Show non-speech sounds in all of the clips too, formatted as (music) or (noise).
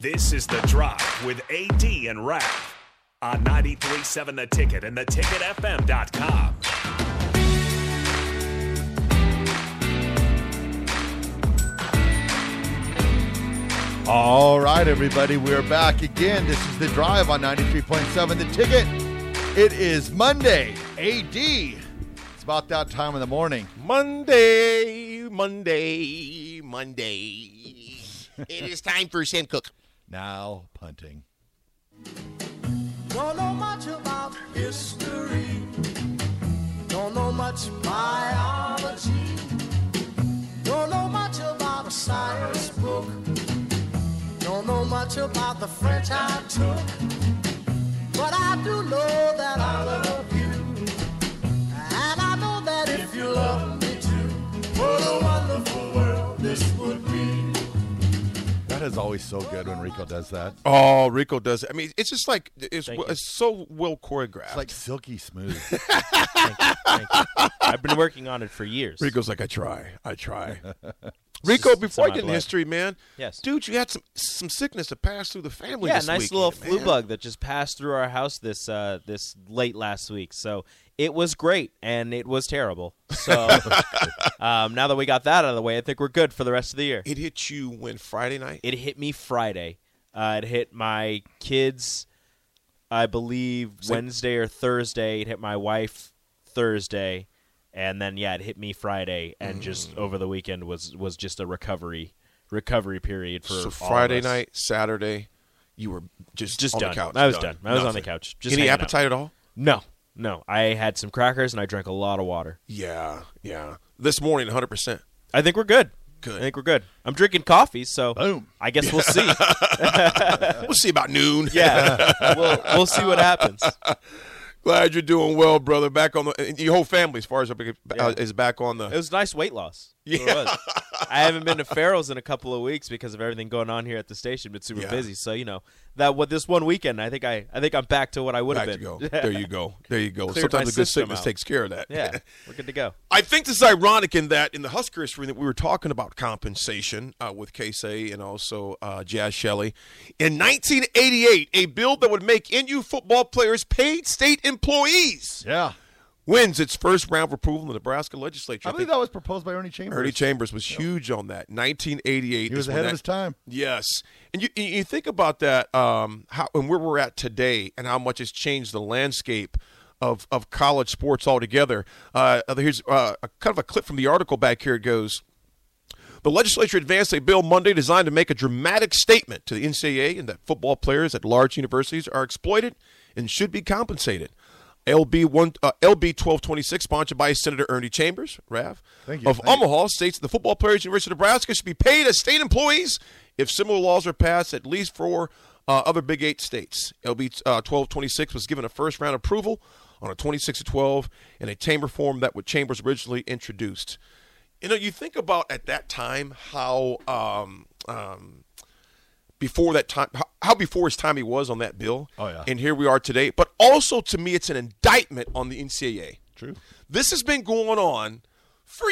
This is The Drive with AD and Raf on 937 The Ticket and theticketfm.com. All right, everybody, we're back again. This is the drive on 93.7 The Ticket. It is Monday, AD. It's about that time in the morning. Monday, Monday, Monday. it is time for Sam Cook. Now, punting. Don't know much about history. Don't know much biology. Don't know much about a science book. Don't know much about the French I took. But I do know that I love you. And I know that if you love me too, what a wonderful world this would be. That is always so good when Rico does that. Oh, Rico does. I mean, it's just like it's, Thank you. it's so well choreographed. It's like silky (laughs) smooth. Thank you. I've been working on it for years. Rico's like, I try, I (laughs) try. Rico, just- it's before I in my get in blood. history, man. Yes. Dude, you had some some sickness to pass through the family. yeah, this nice weekend, little flu man. bug that just passed through our house this uh, this late last week. So it was great and it was terrible. (laughs) So um, now that we got that out of the way, I think we're good for the rest of the year. It hit you when Friday night. It hit me Friday. Uh, it hit my kids, I believe Wednesday or Thursday. It hit my wife Thursday, and then yeah, it hit me Friday. And Mm. just over the weekend was was just a recovery recovery period for all so of Friday us. night, Saturday, you were just just on done. the couch. I was done. I was on the Nothing. couch. Just Any hanging out. appetite at all? No, no. I had some crackers and I drank a lot of water. Yeah, yeah. This morning, 100. percent I think we're good. Good. I think we're good. I'm drinking coffee, so Boom. I guess (laughs) we'll see. We'll see about noon. yeah, we'll we'll see what happens. (laughs) Glad you're doing well, brother. Back on the and your whole family, as far as Yeah. uh, is back on the. It was nice weight loss. Yeah. It was. I haven't been to Farrell's in a couple of weeks because of everything going on here at the station. Been super Yeah. busy, so you know that what this one weekend. I think I I think I'm back to what I would Back have to (laughs) been. (laughs) go. There you go. There you go. Cleared my Sometimes a good system sickness out. takes care of that. Yeah, we're good to go. (laughs) I think this is ironic in that in the Husker history that we were talking about compensation uh, with Casey and also uh, Jazz Shelley. In 1988, a bill that would make NU football players paid state employees yeah. wins its first round of approval in the Nebraska legislature. I believe think that was proposed by Ernie Chambers. Ernie Chambers was huge on that. 1988. He was is when ahead of that- his time. Yes, and you you think about that, um, how and where we're at today, and how much has changed the landscape of of college sports altogether. Uh, here's uh, a kind of a clip from the article back here. It goes. The legislature advanced a bill Monday designed to make a dramatic statement to the NCAA and that football players at large universities are exploited and should be compensated. LB one uh, LB twelve twenty six, sponsored by Senator Ernie Chambers, Rav Thank you. of Thank you. Omaha, states that the football players at the University of Nebraska should be paid as state employees if similar laws are passed at least for uh, other Big Eight states. LB uh, twelve twenty six was given a first round approval on a twenty six to twelve in a chamber form that what Chambers originally introduced you know, you think about at that time how um, um, before that time, how, how before his time he was on that bill. Oh, yeah. And here we are today. But also to me, it's an indictment on the NCAA. True. This has been going on for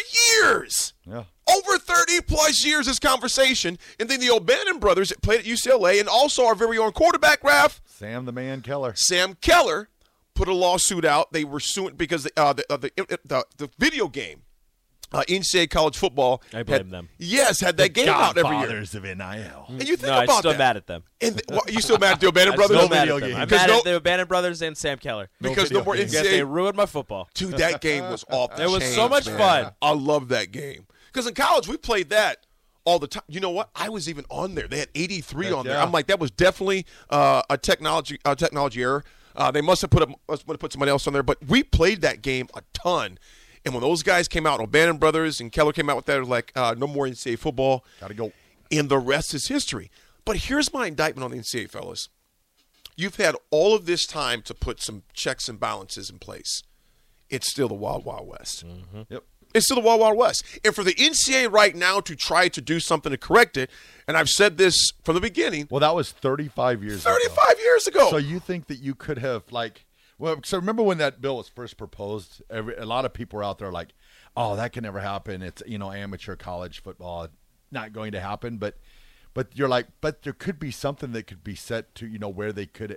years. Yeah. Over 30 plus years, this conversation. And then the O'Bannon brothers that played at UCLA and also our very own quarterback, Raf, Sam the Man Keller. Sam Keller put a lawsuit out. They were suing because uh, the, uh, the, uh, the the video game uh, NCAA college football. I blame had- them. Yes, had that game out every year. Mm-hmm. Godfathers of NIL. And you think no, I'm about still that. mad at them. And th- what, you still mad at the (laughs) O'Bannon I'm brothers? still mad at them. video I'm game. mad Because at the Bannon brothers and Sam Keller. because no video more games. Because they NCAA. ruined my football. Dude, that game was off. the It was chain, so much man. fun. I love that game because in college we played that all the time. You know what? I was even on there. They had 83 on there. yeah. I'm like, that was definitely uh, a technology a technology error. Uh, they must have put a, must have put somebody else on there. But we played that game a ton. And when those guys came out, O'Bannon Brothers and Keller came out with that, it was like, uh, no more NCAA football. Gotta go. And the rest is history. But here's my indictment on the NCAA, fellas. You've had all of this time to put some checks and balances in place. It's still the Wild Wild West. Yep. It's still the Wild Wild West. And for the NCAA right now to try to do something to correct it, and I've said this from the beginning, Well, that was 35 years ago. 35 years ago. So you think that you could have like well so remember when that bill was first proposed every, a lot of people were out there like oh that can never happen it's you know amateur college football not going to happen but But you're like, but there could be something that could be set to, you know, where they could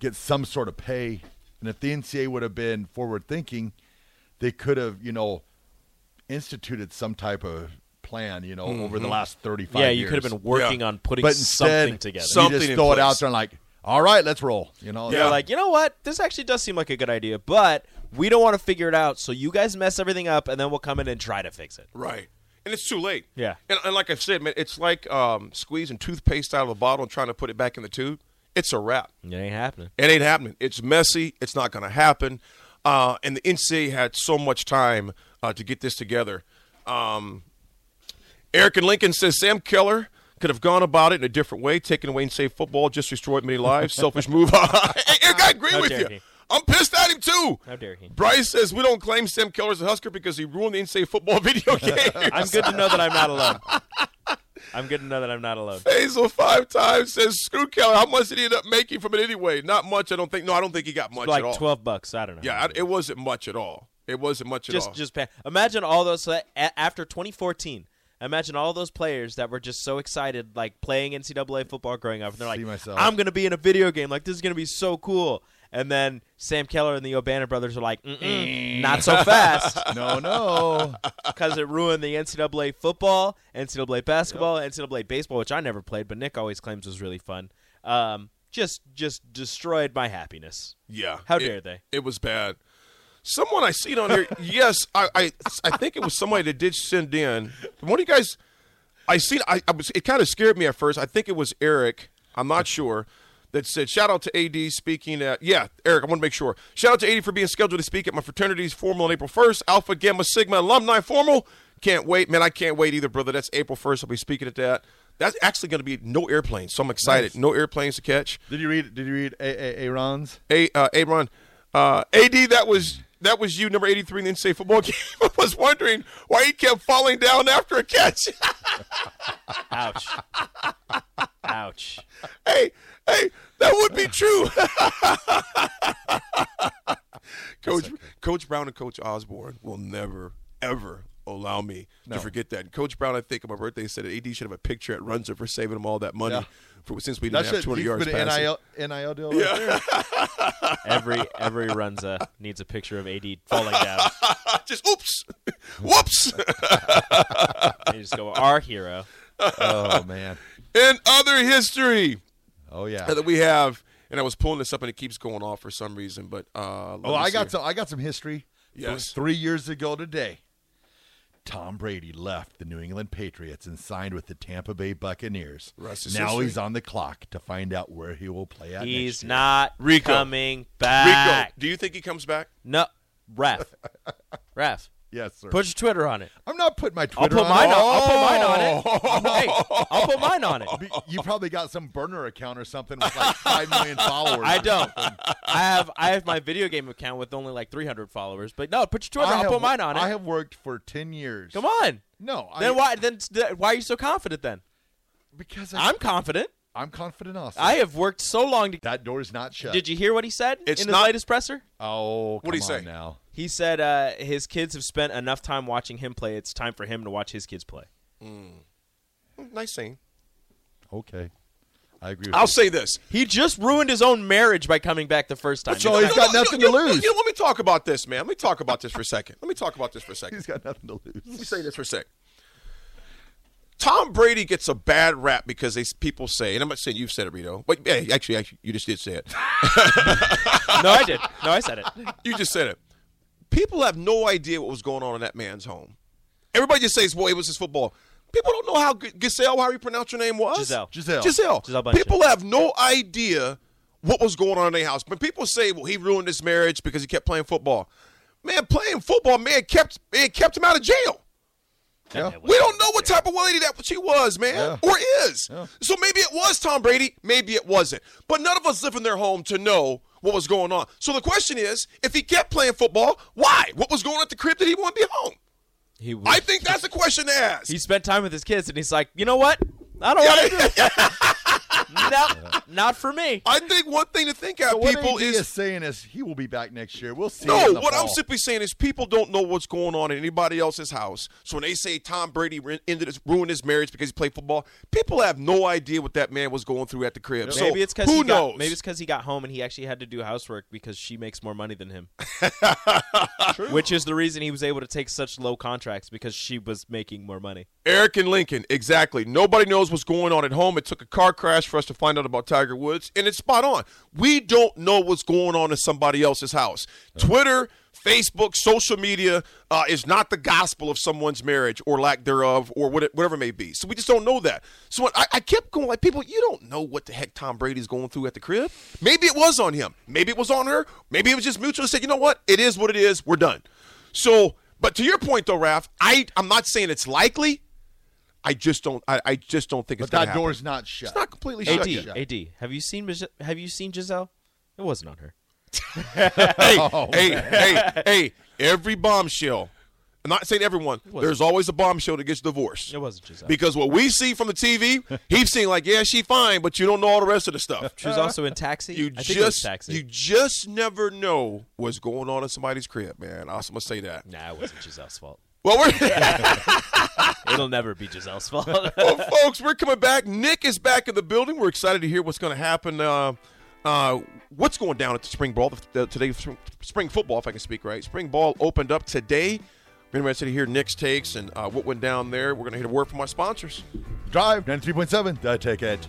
get some sort of pay. And if the NCA would have been forward thinking, they could have, you know, instituted some type of plan, you know, over the last 35 Mm-hmm. yeah, years. you could have been working Yeah. on putting but something instead, together. some- you Something just in throw it out place. there and like, all right, let's roll. You know, They're Yeah. like, you know what? This actually does seem like a good idea, but we don't want to figure it out. So you guys mess everything up, and then we'll come in and try to fix it. Right. And it's too late. Yeah. And, and like I've said, man, it's like um, squeezing toothpaste out of the bottle and trying to put it back in the tube. It's a wrap. It ain't happening. It ain't happening. It's messy. It's not going to happen. Uh, and the NCAA had so much time uh, to get this together. Um, Eric and Lincoln says Sam Keller could have gone about it in a different way, taken away and saved football, just destroyed many (laughs) lives. Selfish move. (laughs) hey, Eric, I agree How with dare you. he. I'm pissed at him too. How dare he. Bryce says we don't claim Sam Keller as a Husker because he ruined the NCAA football (laughs) video game. (laughs) I'm good to know that I'm not alone. (laughs) I'm good to know that I'm not alone. Basil five times says screw Keller. How much did he end up making from it anyway? Not much, I don't think. No, I don't think he got much at all. Like twelve bucks. I don't know. Yeah, I, it wasn't much at all. It wasn't much at all. just just pa- imagine all those so that, a- after 2014. Imagine all those players that were just so excited, like playing NCAA football growing up, and they're like, See myself. "I'm gonna be in a video game. Like this is gonna be so cool." And then Sam Keller and the O'Bannon brothers are like, Mm-mm, "Not so fast," (laughs) no, no. because it ruined the NCAA football, NCAA basketball, NCAA baseball, which I never played, but Nick always claims was really fun. Um, just just destroyed my happiness. yeah. How it- dare they? It was bad. Someone I seen on (laughs) here. yes, I, I I think it was somebody that did send in. One of you guys, I seen. I, I was. It kind of scared me at first. I think it was Eric. I'm not sure. That said, shout out to AD speaking at. Yeah, Eric, I want to make sure. Shout out to AD for being scheduled to speak at my fraternity's formal on April 1st, Alpha Gamma Sigma alumni formal. Can't wait, man. I can't wait either, brother. That's April 1st. I'll be speaking at that. That's actually going to be no airplanes, so I'm excited. No airplanes to catch. Did you read? Did you read A- A- Aaron's? A, uh, Aaron, uh, AD, that was that was you, number 83 in the NCAA football (laughs) game. I was wondering why he kept falling down after a catch. (laughs) Ouch. Ouch. hey, hey, that would be true. (laughs) Coach Coach Brown and Coach Osborne will never ever allow me to forget that. And Coach Brown, I think on my birthday said that AD should have a picture at Runza for saving him all that money Yeah. for since we didn't That's have it. 200 He's yards been an passing. (laughs) NIL, NIL deal. Right there. Every every Runza needs a picture of AD falling down. Just oops, (laughs) whoops. (laughs) They just go, our hero. (laughs) Oh man. In other history. Oh yeah. that we have, and I was pulling this up and it keeps going off for some reason. But uh, let Oh, me I see got here. some. I got some history. It was Yes. three years ago today, Tom Brady left the New England Patriots and signed with the Tampa Bay Buccaneers. Rest is Now history. he's on the clock to find out where he will play at. He's next year. not Rico. coming Rico. back. Do you think he comes back? No, ref, ref. Yes, sir. Put your Twitter on it. I'm not putting my I'll Twitter put on. mine on. Oh, I'll put mine on it. I'm not- hey, I'll put mine (laughs) on it. (laughs) be- You probably got some burner account or something with like five million followers. I or don't. something. I have I have my video game account with only like 300 followers. But no, put your Twitter. I I'll have, put mine on it. I have worked for ten years. Come on. No, I, Then why then why are you so confident then? Because I, I'm am confident. I'm confident. Also, I have worked so long to that door's not shut. Did you hear what he said It's in his not- latest presser? Oh, What'd come he on say? now? He said uh, his kids have spent enough time watching him play. It's time for him to watch his kids play. Mm, Nice thing. Okay, I agree. With I'll you. say this. He just ruined his own marriage by coming back the first time. So Oh, he's got nothing you, to you- lose. You, let me talk about this, man. Let me talk about this for a second. Let me talk about this for (laughs) a second. He's got nothing to lose. Let me say this for a sec. Tom Brady gets a bad rap because they, people say, and I'm not saying you've said it, Rito, but hey, actually, actually, you just did say it. no, I did. No, I said it. (laughs) You just said it. People have no idea what was going on in that man's home. Everybody just says, "Well, it was his football." People don't know how G- Giselle, how you pronounce your name was Giselle. Giselle. Giselle. Giselle Bundchen. people have no idea what was going on in their house. But people say, "Well, he ruined his marriage because he kept playing football." Man, playing football, man kept man kept him out of jail. Yeah. We don't know what type of lady that she was, man, Yeah. or is. So maybe it was Tom Brady, maybe it wasn't. But none of us live in their home to know what was going on. So the question is, if he kept playing football, why? What was going on at the crib that he wouldn't be home? He was, I think that's the question to ask. (laughs) (laughs) he spent time with his kids, and he's like, you know what? I don't want to do it. no, not for me. I think one thing to think at So what people AD is, is saying is he will be back next year. We'll see. in No, the what I'm fall. simply saying is people don't know what's going on in anybody else's house. So when they say Tom Brady ru- ended his, ruined his marriage because he played football, people have no idea what that man was going through at the crib. So maybe it's because who he got, knows? maybe it's because he got home and he actually had to do housework because she makes more money than him. Which is the reason he was able to take such low contracts because she was making more money. Eric and Lincoln, exactly. Nobody knows what's going on at home. It took a car crash for us to find out about Tiger Woods, and it's spot on. We don't know what's going on in somebody else's house. Twitter, Facebook, social media uh, is not the gospel of someone's marriage or lack thereof or what, whatever it may be. So we just don't know that. So I, I kept going, like, people, you don't know what the heck Tom Brady's going through at the crib. Maybe it was on him. Maybe it was on her. Maybe it was just mutual. Said, you know what? It is what it is. We're done. So, but to your point though, Raf, I I'm not saying it's likely. I just don't. I, I just don't think it's But that gonna door's happen. not shut. It's not completely Ad, shut yet. Ad, have you seen Mis- have you seen Giselle? It wasn't on her. (laughs) hey, hey, hey, hey! Every bombshell. I'm not saying everyone. There's always a bombshell that gets divorced. It wasn't Giselle. Because what we see from the TV, he's seeing like, yeah, she fine, but you don't know all the rest of the stuff. she was also in Taxi. Uh, You I think it was just Taxi. you just never know what's going on in somebody's crib, man. I'm gonna say that. nah, it wasn't Giselle's fault. Well, we're. It'll never be Giselle's (laughs) fault. well, folks, we're coming back. Nick is back in the building. We're excited to hear what's going to happen. Uh, uh, what's going down at the spring ball the, today? Spring, spring football, if I can speak right. Spring ball opened up today. We're interested to hear Nick's takes and uh, what went down there. We're going to hear a word from our sponsors. Drive 93.7, the ticket.